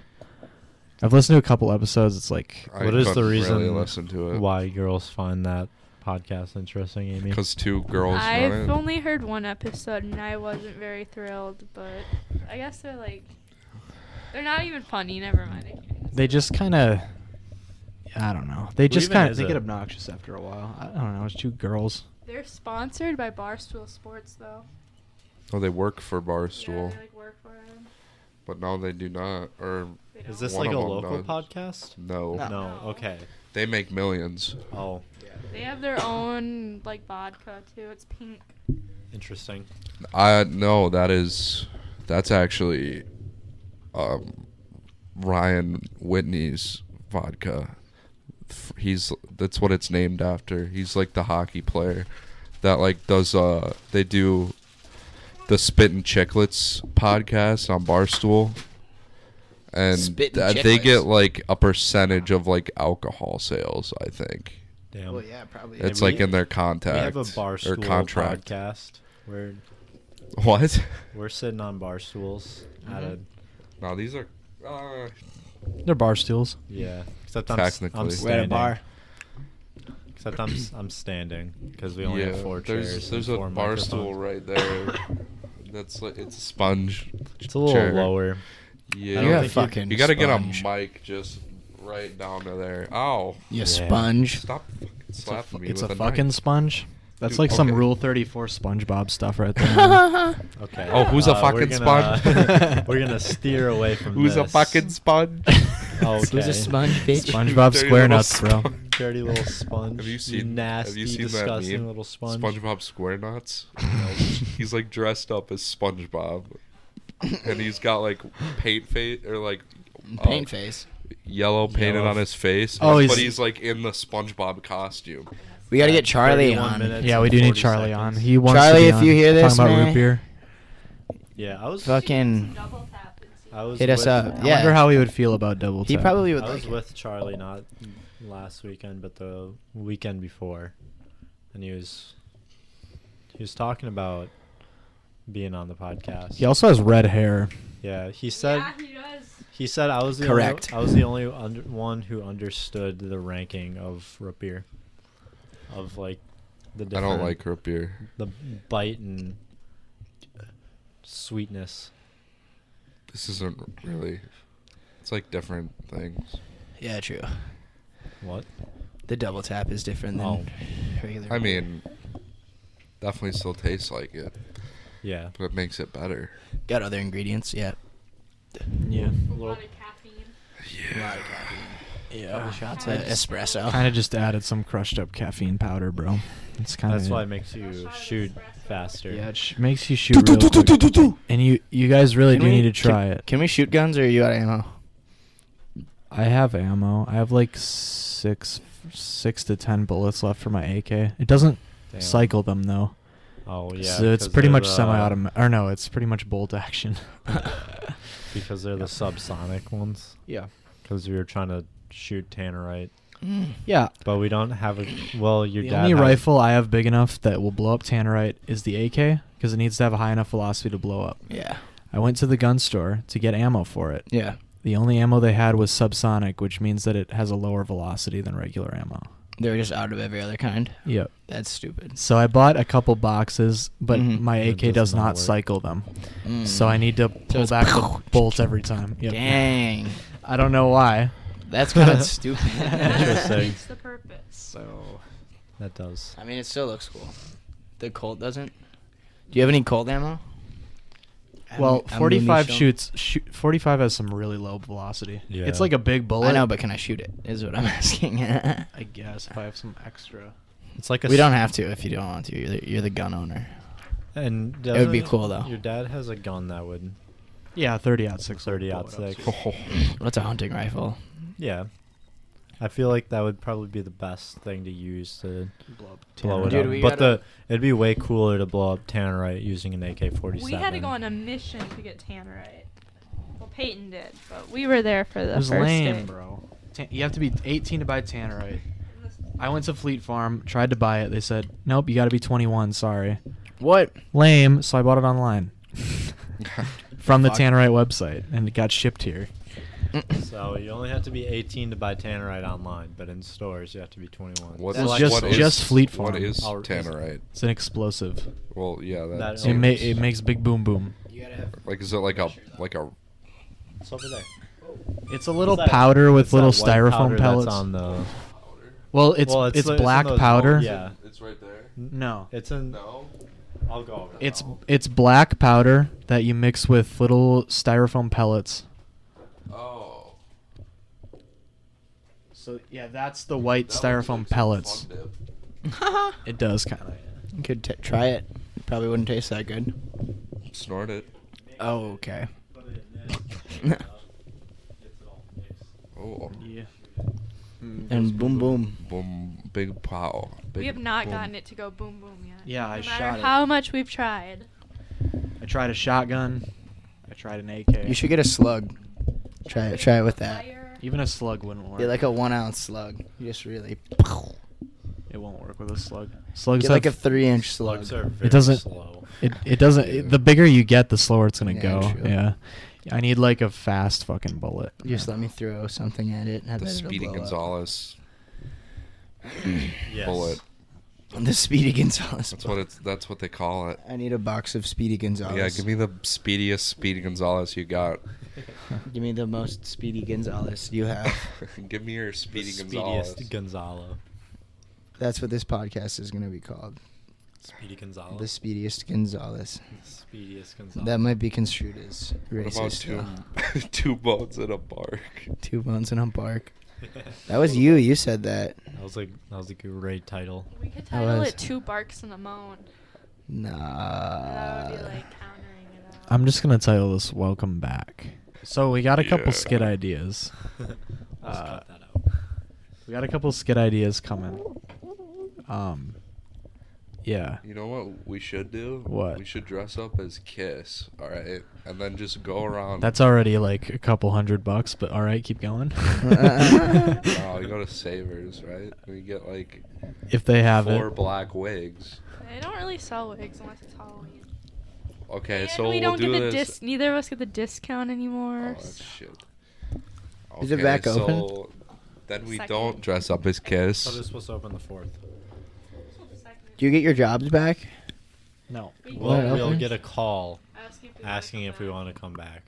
F: I've listened to a couple episodes. It's like
E: I
D: What is the
E: couldn't
D: reason
E: Really listen to it.
D: Why girls find that podcast interesting, Amy?
E: Because two girls.
C: I've
E: run it.
C: only heard one episode and I wasn't very thrilled, but I guess they're like they're not even funny. Never mind. I can't.
F: they just kind of I don't know. They
D: Who
F: just
D: even
F: kind of
D: is
F: they
D: it?
F: get obnoxious after a while. I don't know. It's two girls.
C: They're sponsored by Barstool Sports though.
E: Oh, they work for
C: Yeah,
E: Barstool,
C: they like work for 'em.
E: but now they do not. Or
C: They
D: Is
C: don't.
D: this
E: One
D: like a
E: of 'em
D: local
E: does.
D: podcast?
E: no,
B: No.
D: No. Okay.
E: they make millions.
D: Oh,
C: They have their own like vodka too. It's pink.
D: interesting.
E: I no, that is that's actually um, Ryan Whitney's vodka. F- He's that's what it's named after. He's like the hockey player that like does uh they do the Spit and Chicklets podcast on Barstool. And
B: Spit and
E: th- they
B: Chicklets.
E: get like a percentage of like alcohol sales, I think.
D: Damn.
B: Well, yeah, probably.
E: It's
D: we-
E: like in their
D: we
E: contact
D: have a
E: or
D: barstool
E: contract.
D: podcast. We're
E: What?
D: we're sitting on bar stools at
B: Mm-hmm.
D: a
E: No, these are uh,
F: They're bar stools.
D: yeah. Except I'm, s- I'm
E: Technically.
D: standing.
E: We're
B: at a bar.
D: Except I'm s- I'm standing because we only have four
E: there's,
D: chairs.
E: There's
D: and
E: a
D: four
E: bar stool
D: microphones.
E: right there. That's like it's a sponge.
D: It's a little
E: chair.
D: lower.
E: Yeah,
D: I don't
B: You're a
D: think
B: fucking.
E: you gotta get a
B: sponge.
E: mic just right down to there. Ow!
B: You
D: Yeah.
B: sponge.
E: Stop fucking slapping me
F: It's
E: with
F: a
E: a
F: fucking
E: knife.
F: sponge. That's
E: Dude,
F: like some
E: okay.
F: Rule 34 SpongeBob stuff right there.
D: Okay.
E: Oh, who's a
D: uh, we're
E: fucking
D: gonna-
E: sponge?
D: we're gonna steer away from
E: Who's a
D: this.
E: fucking sponge?
D: Oh, okay.
B: Who's a sponge, bitch?
F: SpongeBob
E: Dirty little
F: SquareNuts, bro.
E: sponge.
D: Dirty little sponge.
E: Have you seen?
D: nasty,
E: have you seen
D: disgusting
E: that meme?
D: little sponge?
E: SpongeBob SquareNuts. he's like dressed up as SpongeBob, and he's got like paint face or like uh,
B: Paint face.
E: yellow painted
D: Yellow.
E: on his face.
F: Oh,
E: but
F: he's-
E: he's like in the SpongeBob costume.
B: We gotta get Charlie
D: 31
B: on.
D: minutes
F: Yeah,
D: and
F: we do need
D: 40
F: Charlie
D: seconds.
F: on. He wants
B: Charlie,
F: to be
B: if
F: on.
B: you hear this,
F: talking about
B: man,
F: root beer.
D: Yeah, I was
B: Fucking.
C: Double tap and see.
D: I was
B: Hit us
D: with-
B: up.
F: I
B: Yeah.
F: wonder how he would feel about double.
B: He
F: tap.
B: probably would
D: I was
B: like. it.
D: with Charlie not last weekend, but the weekend before, and he was he was talking about being on the podcast.
F: He also has red hair.
D: Yeah, he said
C: yeah, he does.
D: he said I was the
B: Correct.
D: Only, I was the only under, one who understood the ranking of root beer, of like the
E: I
D: different,
E: don't like root beer.
D: the bite and sweetness.
E: This isn't really. It's like different things.
B: Yeah, true.
D: What?
B: The double tap is different than
D: Oh.
B: regular.
E: I mean, definitely still tastes like it,
D: Yeah,
E: but it makes it better.
B: got other ingredients. Yeah.
F: Yeah.
C: A lot of caffeine.
B: Yeah. Shots of espresso.
F: Kind of just added some crushed up caffeine powder, bro. It's kind of
D: that's why it makes you shoot faster.
F: Yeah, it sh- makes you shoot real quick. And you, you guys really
B: Can
F: do
B: we-
F: need to try it.
B: Can we shoot guns or are you out of ammo?
F: I have ammo. I have like six, six to ten bullets left for my AK. It doesn't
D: Damn.
F: cycle them though,
D: Oh yeah.
F: so it's
D: because
F: pretty
D: they're
F: much
D: the- uh,
F: semi-automatic. Or no, it's pretty much bolt action.
D: because they're the subsonic ones.
F: yeah.
D: Because we were trying to shoot tannerite,
B: Mm.
F: Yeah.
D: but we don't have a. Well, your
F: the
D: dad.
F: only
D: had-
F: rifle I have big enough that will blow up tannerite is the AK because it needs to have a high enough velocity to blow up.
B: Yeah.
F: I went to the gun store to get ammo for it.
B: Yeah.
F: The only ammo they had was subsonic, which means that it has a lower velocity than regular ammo.
B: They were just out of every other kind.
F: Yep.
B: That's stupid.
F: So I bought a couple boxes, but
B: Mhm.
F: my
D: It
F: AK does,
D: does not
F: not
D: work.
F: cycle them. So I need to pull
B: Mm. it's
F: back the bolt every time. Yep.
B: Dang.
F: I don't know why.
B: That's kind of stupid.
D: Interesting.
C: It's the
F: So
D: That does.
B: I mean, it still looks cool. The Colt doesn't. Do you have any Colt ammo?
F: well,
B: Am- ammunition?
F: 45 shoots. Shoot, 45 has some really low velocity.
D: Yeah.
F: It's like a big bullet.
B: I know, but can I shoot it? Is what I'm asking.
F: I guess if I have some extra.
D: It's like a
B: we don't
D: s-
B: have to if you don't want to. You're the, you're the gun owner.
D: And
B: It would be
D: doesn't-
B: cool, though.
D: Your dad has a gun that would.
F: Yeah, 30 out six.
D: 30 out
F: bullet
D: six.
B: What's a hunting rifle?
D: Yeah. I feel like that would probably be the best thing to use to
F: Blow up
D: blow it
B: Dude,
D: up.
B: we
D: But the
B: gotta-
D: it'd be way cooler to blow up Tannerite using an AK-47.
C: We had to go on a mission to get Tannerite. Well, Peyton did, but we were there for the
F: It was
C: first
F: lame,
C: day.
F: bro. Tan- you have to be 18 to buy Tannerite. I went to Fleet Farm, tried to buy it. They said, nope, you got to be 21. Sorry.
B: What?
F: Lame. So I bought it online from the
B: Fuck.
F: Tannerite website, and it got shipped here.
D: So you only have to be 18 to buy Tannerite online, but in stores you have to be 21.
E: What,
B: That's
E: what
B: just-
E: is-
F: just Fleet Farm.
E: What Oh, is
D: Or-
E: Tannerite?
F: It's an explosive.
E: Well, yeah, that.
D: That
F: It,
D: Oh,
F: ma-
D: makes-
F: it makes big boom boom.
B: You gotta have.
E: like is it like a like a
D: It's over there.
F: It's a little
D: It's that-
F: powder with
D: it's that
F: little
D: white powder
F: styrofoam
D: that's
F: pellets.
D: on the.
F: Well, it's
D: Well, it's
F: it's,
D: the- it's in
F: black
D: those-
F: powder.
D: yeah.
E: It's right there.
F: No.
D: It's in.
E: No.
D: I'll go over.
F: It's it's black powder that you mix with little styrofoam pellets.
E: Oh.
F: So yeah, that's the white styrofoam pellets. It does kind of.
B: You could t- try it. Probably wouldn't taste that good.
E: Snort it.
B: Oh, okay.
E: Oh.
F: Yeah.
B: and boom, boom.
E: Boom. Big pow. Big
C: We have not
E: boom.
C: gotten it to go boom boom yet.
F: Yeah, I
C: no
F: shot
C: matter
F: it.
C: how much we've tried.
F: I tried a shotgun. I tried an AK.
B: You should get a slug. Try it. Try it with that.
C: Fire.
F: Even a slug wouldn't work.
B: Yeah, like a one ounce slug. You just really.
F: it won't work with a slug. Slugs
B: Get like a
F: have-
B: three inch slug.
D: slugs are very
F: doesn't-
D: slow.
F: It it doesn't.
E: Yeah.
F: It, the bigger you get, the slower it's gonna
B: Yeah,
F: go.
B: true.
F: Yeah. I need like a fast fucking bullet.
B: Just let me throw something at it. and I
E: The
B: bet it'll
E: Speedy
B: blow up.
E: Gonzalez
D: Yes.
E: bullet.
B: The Speedy Gonzales.
E: That's what it's. That's what they call it.
B: I need a box of Speedy Gonzales.
E: Yeah, give me the speediest Speedy Gonzalez you got.
B: Give me the most Speedy Gonzales you have.
E: give me your Speedy Gonzalez.
D: Speediest Gonzalo.
B: That's what this podcast is going to be called.
D: Speedy Gonzalo.
B: The Speediest Gonzales.
D: speediest Gonzalo.
B: That might be construed as
E: what about
B: racist.
E: two,
B: though.
E: two bones in a bark?
B: two bones and a bark. That was you. You said that.
D: That was like that was a great title.
C: We could
B: How
C: title
B: was-
C: it Two Barks and a Moan.
B: Nah.
C: that would
B: Uh,
C: be like countering it out.
F: I'm just gonna title this "Welcome Back." So we got a couple
E: Yeah.
F: skit ideas.
D: Let's
F: Uh,
D: cut that out.
F: We got a couple skit ideas coming. Um. Yeah.
E: You know what we should do?
F: What?
E: We should dress up as Kiss, all right? And then just go around.
F: That's already like a couple hundred bucks, but all right, keep going.
E: No, you go to Savers, right? We get like
F: if they have
E: four
F: it,
E: black wigs.
C: They don't really sell wigs unless it's Halloween.
E: Okay,
C: and
E: so
C: we
E: will
C: don't
E: do
C: get the
E: this.
C: dis- Neither of us get the discount
E: oh,
C: anymore.
E: that's shit.
B: Is it back
E: so
B: open?
E: Then we
C: Second.
E: don't dress up as
D: So this
E: Kiss.
D: was open the fourth.
B: Do you get your jobs back?
F: no.
D: Well,
B: What
D: we'll
B: happened?
D: get a call asking if we want to come back.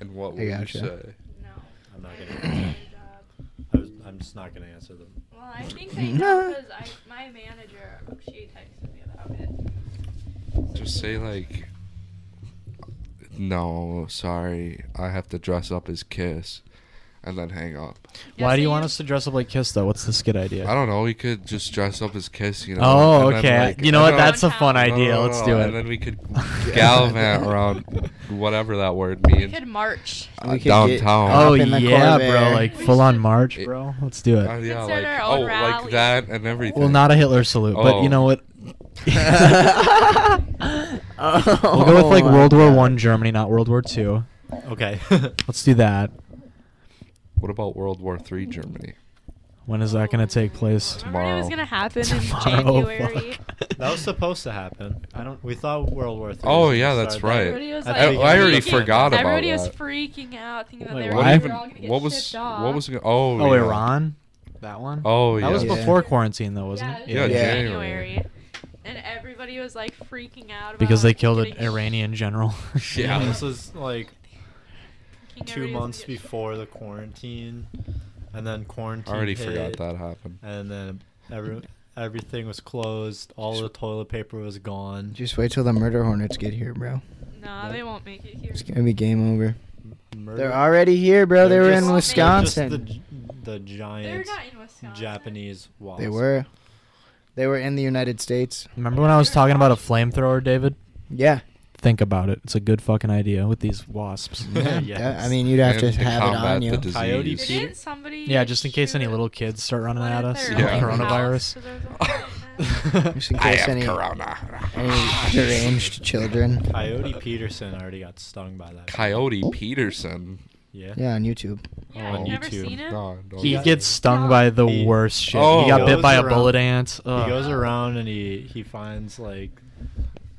E: And what
B: I
E: would you
B: gotcha.
E: say?
C: No.
D: I'm not
C: I
D: gonna.
C: don't
D: answer.
C: have a job.
D: I was, I'm just not gonna answer them.
C: Well, I think they know because I, my manager, she texted me about it.
E: Just say like, no, sorry, I have to dress up as Kiss, and then hang up.
C: Yeah,
F: Why
C: so
F: do you
C: you-
F: want us to dress up like Kiss though? What's the skit idea?
E: I don't know. We could just dress up as Kiss, you know.
F: oh,
E: and then,
F: okay.
E: like-
F: you know
E: I
F: what?
E: don't-
F: That's a fun
C: No,
E: no, no,
F: idea.
E: no,
F: Let's
E: no,
F: do it.
E: And then we could gallivant around whatever that word
C: We
E: means.
C: could march.
E: Uh,
B: We could get-
E: downtown.
B: Hop
F: Oh
B: in the
F: yeah, bro!
B: Corvair.
F: Like
C: We
F: full on
C: should-
F: march,
E: It-
F: bro. Let's do
E: Uh,
F: it.
E: yeah,
C: Consider
E: like,
C: our
E: oh,
C: own
E: like
C: rally.
E: that and everything.
F: Well, not a Hitler salute, but
E: Oh.
F: you know what?
B: we'll
F: We'll go with
B: Oh
F: like World War One Germany, not World War Two.
D: Okay.
F: Let's do that.
E: What about World War Three Germany?
F: When is that gonna take place?
C: Remember when it was gonna
E: Tomorrow.
C: happen in
F: Tomorrow.
C: January.
F: fuck.
D: that was supposed to happen.
F: I don't-
D: We thought World War Three. was
E: Oh,
D: gonna
E: yeah, that's
D: start that-
E: right.
C: Everybody was
D: I
C: like,
D: think
E: I already
C: freaking-
E: forgot about
C: Everybody was
E: that.
C: freaking out, thinking that
F: Wait,
C: they
F: Or
C: were
E: What
F: why?
C: all
E: even?
C: gonna get
E: What was?
C: shipped off.
E: What was? go- Oh,
F: Oh,
E: yeah.
F: Iran. That one.
E: Oh, yeah.
F: That was
B: Yeah.
F: before quarantine, though, Oh, wasn't it?
E: Yeah,
C: it was
B: Yeah.
E: January.
C: And everybody was like freaking out about
F: Because they killed an
C: getting-
F: Iranian general.
E: Yeah.
D: This was like
C: thinking
D: two
C: everybody was
D: months
C: gonna get-
D: before the quarantine. and then quarantine.
E: I already
D: hit,
E: forgot that happened.
D: And then every, everything was closed. All the toilet paper was gone.
B: Just wait till the murder hornets get here, bro.
C: Nah, they won't make it here.
B: It's gonna be game over.
D: Murder-
B: They're already here, bro. They
D: They're
B: were
D: just-
B: in
C: they're just
B: Wisconsin.
D: They're just the, the
C: They're
D: giant
C: not in Wisconsin.
D: Japanese wasp.
B: They were. They were in the United States.
F: Remember when I was talking about a flamethrower, David?
B: Yeah.
F: Think about it. It's a good fucking idea with these wasps.
B: yeah.
D: Yes.
B: yeah. I mean, you'd have to
E: And
B: have it
E: combat
B: on you.
E: The disease.
D: Coyote
C: Didn't
D: Peter-
C: somebody?
F: yeah, just in case
C: shoot
F: any
C: a-
F: little kids start running
C: one
F: at us
C: their
F: with
E: Yeah.
C: own house
F: coronavirus.
C: 'cause there was a hornet in it?
B: Just in
E: I
B: case
E: have
B: any,
E: corona.
B: any deranged children.
E: Uh,
D: Coyote Peterson already got stung by that.
E: Coyote Peterson.
D: yeah.
B: Yeah, on YouTube.
C: Yeah,
E: Oh.
C: you never
D: YouTube.
C: seen it?
E: No, no.
F: He
D: Yeah.
F: gets stung by the
D: He-
F: worst shit.
E: Oh.
F: he got
D: He
F: bit by
D: goes
F: a
D: around-
F: bullet ant. Ugh.
D: He goes around and he he finds like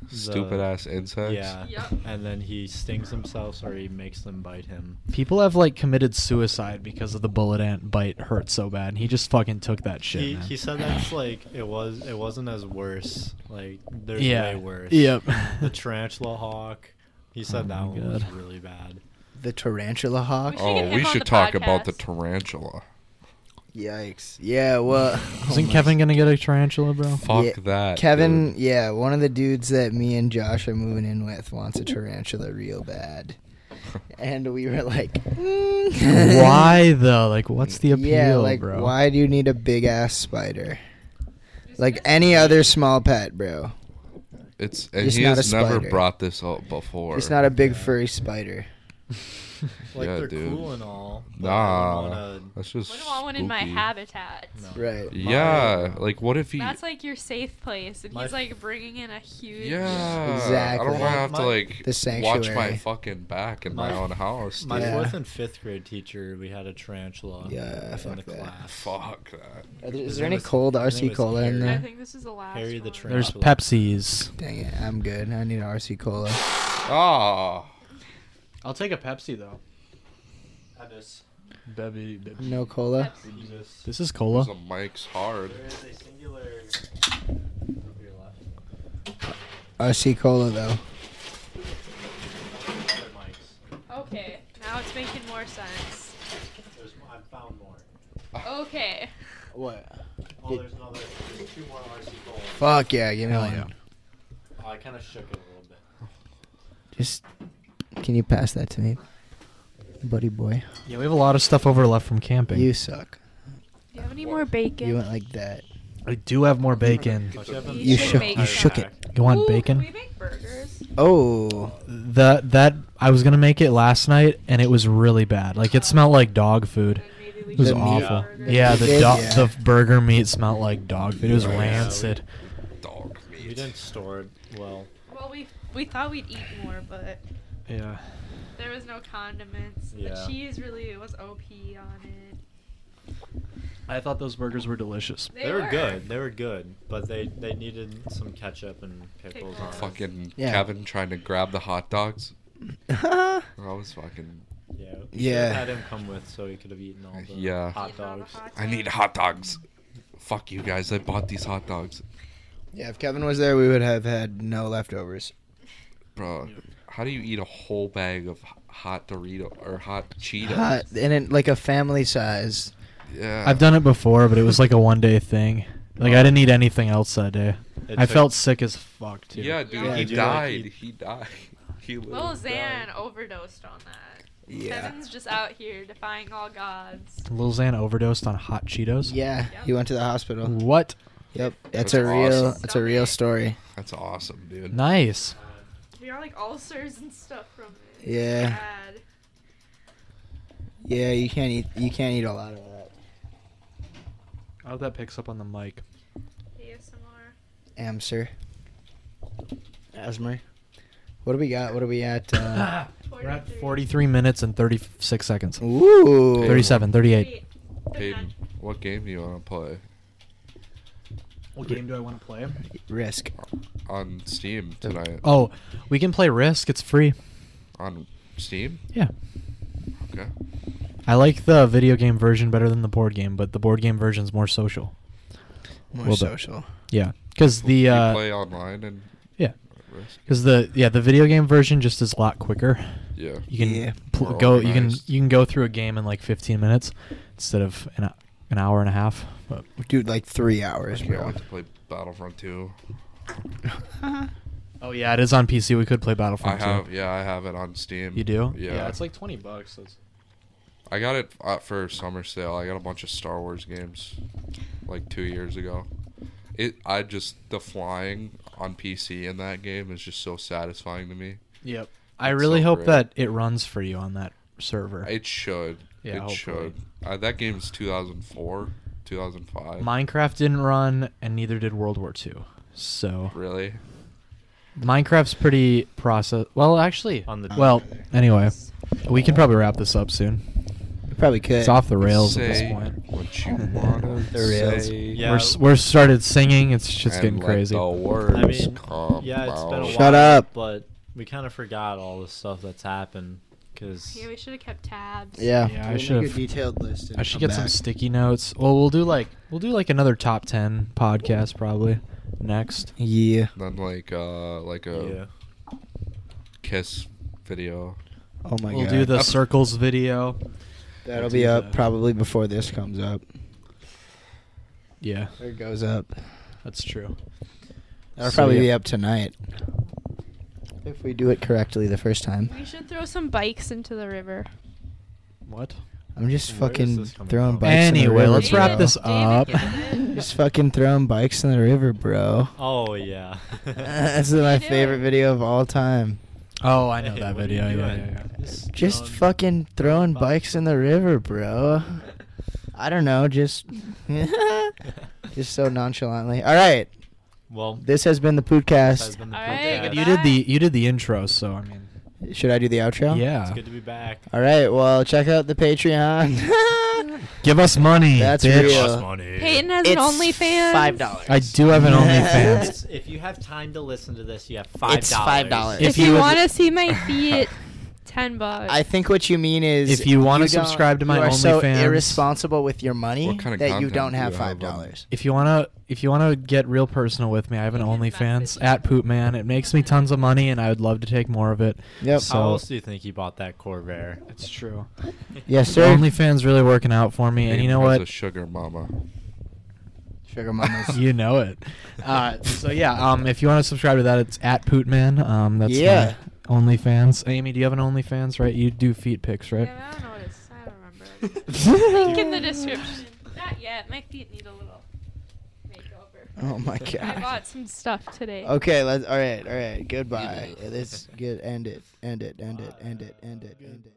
D: the-
E: stupid ass insects.
D: Yeah.
C: Yep.
D: And then he stings himself or he makes them bite him.
F: People have like committed suicide because of the bullet ant bite hurt so bad, and he just fucking took that shit.
D: he,
F: man.
D: he said that's like it was it wasn't as worse. Like there's
F: yeah.
D: way worse.
F: Yep.
D: The tarantula hawk. He said
F: Oh
D: that
F: my
D: one was
F: God.
D: really bad.
B: The tarantula hawk.
C: We should
E: Oh,
C: get
E: we
C: him on
E: should
C: the
E: talk about the
C: podcast.
E: tarantula.
B: Yikes. Yeah. Well.
F: Isn't
B: oh my-
F: Kevin gonna get a tarantula, bro?
E: Fuck
B: Yeah,
E: that.
B: Kevin,
E: dude.
B: yeah, one of the dudes that me and Josh are moving in with wants a tarantula real bad, and we were like, mm.
F: why though? Like, what's the appeal,
B: yeah, like
F: bro?
B: why do you need a big ass spider?
C: Just
B: Like
C: because-
B: any other small pet, bro.
E: It's and
B: It's
E: he
B: not
E: has
B: a
E: never
B: spider.
E: brought this up before.
B: It's not a big furry spider.
D: Like
E: Yeah,
D: they're
E: dude.
D: cool and all. but I
E: Nah,
D: wouldn't wanna-
E: that's just.
C: Wouldn't want one in my
E: spooky.
C: habitat.
D: No.
B: Right.
E: Yeah, like what if he?
C: That's like your safe place, and
D: My
C: he's
D: f-
C: like bringing in a huge.
E: yeah, I
B: Exactly.
E: don't want to have to
D: My-
E: like
B: The
E: watch my
B: sanctuary.
E: fucking back in my,
D: My-
E: own house.
D: My
E: dude.
B: Yeah.
D: fourth and fifth grade teacher, we had a tarantula
B: Yeah,
D: in
B: fuck
D: the
B: that.
D: class.
E: Fuck that.
B: Are there-
D: His
B: Is there
D: name
B: any
D: was-
B: cold
D: his name
B: RC
D: was
B: cola in
D: Harry.
C: I
B: there?
C: think this is the last
D: Harry the
C: one.
D: Tramp.
F: There's
D: Tarantula.
F: Pepsis.
B: Dang it, I'm good. I need RC cola.
E: Ah,
F: I'll take a Pepsi though.
D: That is-
F: Bevy, bevy.
B: No cola.
D: Jesus.
F: This is
E: there's
F: cola.
E: a mic's hard.
D: There is a singular. Over your left.
B: RC cola though.
D: Other mics.
C: Okay, now it's making more sense.
D: There's, I found more.
F: Ah.
C: Okay.
B: What?
D: Oh, there's another. There's two more RC goals.
B: Fuck yeah, give me
F: Hell
B: one.
F: yeah.
D: Oh, I kind of shook it a little bit.
B: Just can you pass that to me, buddy boy?
F: Yeah, we have a lot of stuff over left from camping.
B: You suck.
C: Do you have any more bacon?
B: You went like that.
F: I do have more bacon.
D: Don't you have
C: You
D: a-
C: You
B: shook-
C: make
B: you shook
D: Back.
F: You want
C: Ooh,
F: bacon?
C: Can we make burgers?
B: Oh,
F: The that I was gonna make it last night and it was really bad. Like it smelled like dog food.
C: Then maybe we
F: It was
B: The
C: can
B: meat-
C: make
F: awful.
C: burgers.
F: Yeah, the
B: Did-
F: do-
B: yeah.
F: the burger meat smelled like dog food. It was
E: Yeah.
F: rancid.
E: Dog
D: We
E: meat.
D: didn't store it well.
C: Well, we we thought we'd eat more, but
F: Yeah.
C: there was no condiments.
D: Yeah.
C: The cheese really was OP on it.
F: I thought those burgers were delicious.
C: They,
D: They, were good. They were good, but they they needed some ketchup and pickles. on
C: Pickles.
D: it.
E: Fucking
B: Yeah.
E: Kevin trying to grab the hot dogs. I was fucking.
D: Yeah. we should've
B: Yeah.
D: Had him come with so he could have eaten all the
E: Yeah.
D: hot
C: Eating all the
D: dogs.
C: hot
E: I need
C: dogs.
E: hot dogs. Fuck you guys! I bought these hot dogs,
B: yeah. If Kevin was there, we would have had no leftovers.
E: bro. How do you eat a whole bag of h- hot Dorito or hot Cheetos?
B: Hot and it, like a family size.
E: Yeah.
F: I've done it before, but it was like a one day thing. Like I didn't eat anything else that day.
D: It
F: I
D: took-
F: felt sick as fuck too.
E: Yeah, dude,
C: Yeah,
E: he,
D: dude, like,
E: died.
D: he-
E: he died. He literally
C: Lil
E: died.
C: Xan overdosed on that.
B: Yeah.
C: Kevin's just out here defying all gods.
F: Lil Xan overdosed on hot Cheetos.
B: Yeah. He went to the hospital.
F: What?
B: Yep.
E: That's
B: That's a real.
E: awesome.
B: That's a real story.
E: That's awesome, dude.
F: Nice.
C: We got like ulcers and stuff from it.
B: Yeah.
C: Bad.
B: Yeah. You can't eat. You can't eat a lot of that.
F: I hope that picks up on the mic.
C: ASMR.
B: Amser. Asmer. What do we got? What are we at? Uh,
F: We're at 43 minutes and 36 seconds.
B: ooh.
F: 37, 38.
C: Wait,
E: Peyton, what game do you want to play
F: What game do I want to play?
B: Risk.
E: on Steam tonight?
F: Oh, we can play Risk. It's free.
E: On Steam?
F: Yeah.
E: Okay.
F: I like the video game version better than the board game, but the board game version's more social.
B: More
F: Well, the-
B: social.
F: Yeah, because the
E: you
F: uh,
E: play online and
F: yeah,
E: risk.
F: because the yeah the video game version just is a lot quicker.
E: Yeah.
F: You can
B: Yeah.
F: pl-
E: More
F: go. You can
E: organized.
F: you can go through a game in like 15 minutes instead of an, hou- an hour and a half. But
B: Dude, like three hours,
E: I
B: bro.
E: want to play Battlefront 2.
F: oh yeah, it is on PC. We could play
E: I
F: Battlefront. 2.
E: have, yeah, I have it on Steam.
F: You do?
E: Yeah.
F: it's like 20 bucks. So it's
E: I got it uh, for summer sale. I got a bunch of Star Wars games, like two years ago. It, I just the flying on PC in that game is just so satisfying to me.
F: yep. I
E: It's
F: really
E: so
F: hope
E: great.
F: that it runs for you on that server.
E: It should.
F: Yeah,
E: it
F: hopefully.
E: should. Uh, that game's 2004, 2005.
F: Minecraft didn't run, and neither did World War II. So
E: Really?
F: Minecraft's pretty process. Well, actually,
D: On the-
F: well, anyway, we can probably wrap this up soon.
B: Probably could.
F: It's off the rails at
E: Say
F: this point.
E: What you wanna
B: The rails.
E: say.
D: Yeah.
F: We're s- we're started singing. It's just
E: and
F: getting
E: let
F: crazy.
E: The words
D: I mean,
C: Oh,
E: come
D: yeah, it's been a
E: out.
D: while.
B: Shut up.
D: But we kind of forgot all the stuff that's happened because
C: Yeah, we should have kept tabs.
B: Yeah.
F: Yeah, I
B: We'll
F: should've-
B: Make a detailed list. and
F: I should
B: come
F: get some
B: back.
F: sticky notes. Well, we'll do like we'll do like another top ten podcast probably next.
B: Yeah.
E: Then like uh like
D: yeah,
E: a kiss video.
B: Oh my
F: we'll
B: god.
F: do the
E: Up-
F: circles video.
B: That'll
F: we'll
B: be
F: do
B: up
F: the-
B: probably before this comes up.
F: Yeah,
B: Or goes up.
F: that's true.
B: That'll
F: So,
B: probably
F: yeah.
B: be up tonight. If we do it correctly the first time.
C: We should throw some bikes into the river.
F: What?
B: I'm just
D: Where is
B: fucking
D: this coming
B: throwing
D: from?
B: bikes in the
F: Anyway,
B: river.
F: let's
B: bro.
F: wrap this up.
B: Just fucking throwing bikes in the river, bro.
D: Oh yeah.
B: That's my
C: You do
B: favorite
C: it.
B: video of all time.
F: Oh, I know
D: Hey,
F: that
D: what are you
F: video. Yeah,
D: doing?
F: yeah, yeah.
D: Just
B: Just
D: throwing-
B: fucking throwing
D: bikes.
B: bikes in the river, bro. I don't know, just just so nonchalantly. All right,
D: well,
B: this has been the
D: this has
B: podcast.
D: been the
C: All
D: podcast.
C: right,
F: You did the you did the intro, so I mean,
B: Should I do the outro?
F: yeah.
D: It's good to be back.
B: All right. Well, check out the Patreon.
F: Give us money.
B: That's
F: bitch.
B: real.
D: Lost money.
C: Peyton has an OnlyFans.
B: Five dollars.
F: I do have an OnlyFans.
D: It's- if you have time to listen to this, you have five
B: It's $5.
C: If,
F: If you
C: you
F: would-
C: want to see my feet, ten bucks.
B: I think what you mean is
F: If you wanna
B: don't-
F: subscribe to my
B: you are so
F: OnlyFans-
B: irresponsible with your money
E: What kind of
B: that you
E: content
B: don't
E: do
B: have
E: you
B: five
E: have on-
B: dollars.
F: If you wanna, if you wanna get real personal with me, I have an
C: You can
F: OnlyFans
C: message
F: at
C: me.
F: Poop Man. It makes me tons of money, and I would love to take more of it.
B: Yep.
D: How
F: So
D: else do you think he bought that Corvair?
F: it's true.
B: Yes,
F: The
B: sir.
F: OnlyFans really working out for me, and you know
E: Name has A
F: what?
E: sugar mama.
B: Sugar mamas.
F: you know it. Uh, so yeah, um, if you want to subscribe to that, it's at Pootman. Um, that's
B: Yeah.
F: my OnlyFans. Amy, do you have an OnlyFans? Right, you do feet pics, right?
C: Yeah, I don't know what it's. I don't remember. Link in the description. Not yet. My feet need a little makeover.
B: oh my
C: I
B: god.
C: bought some stuff today.
B: Okay, let's. All right, all right. Goodbye. Let's get end it, end it, end it, end it, end it, end it.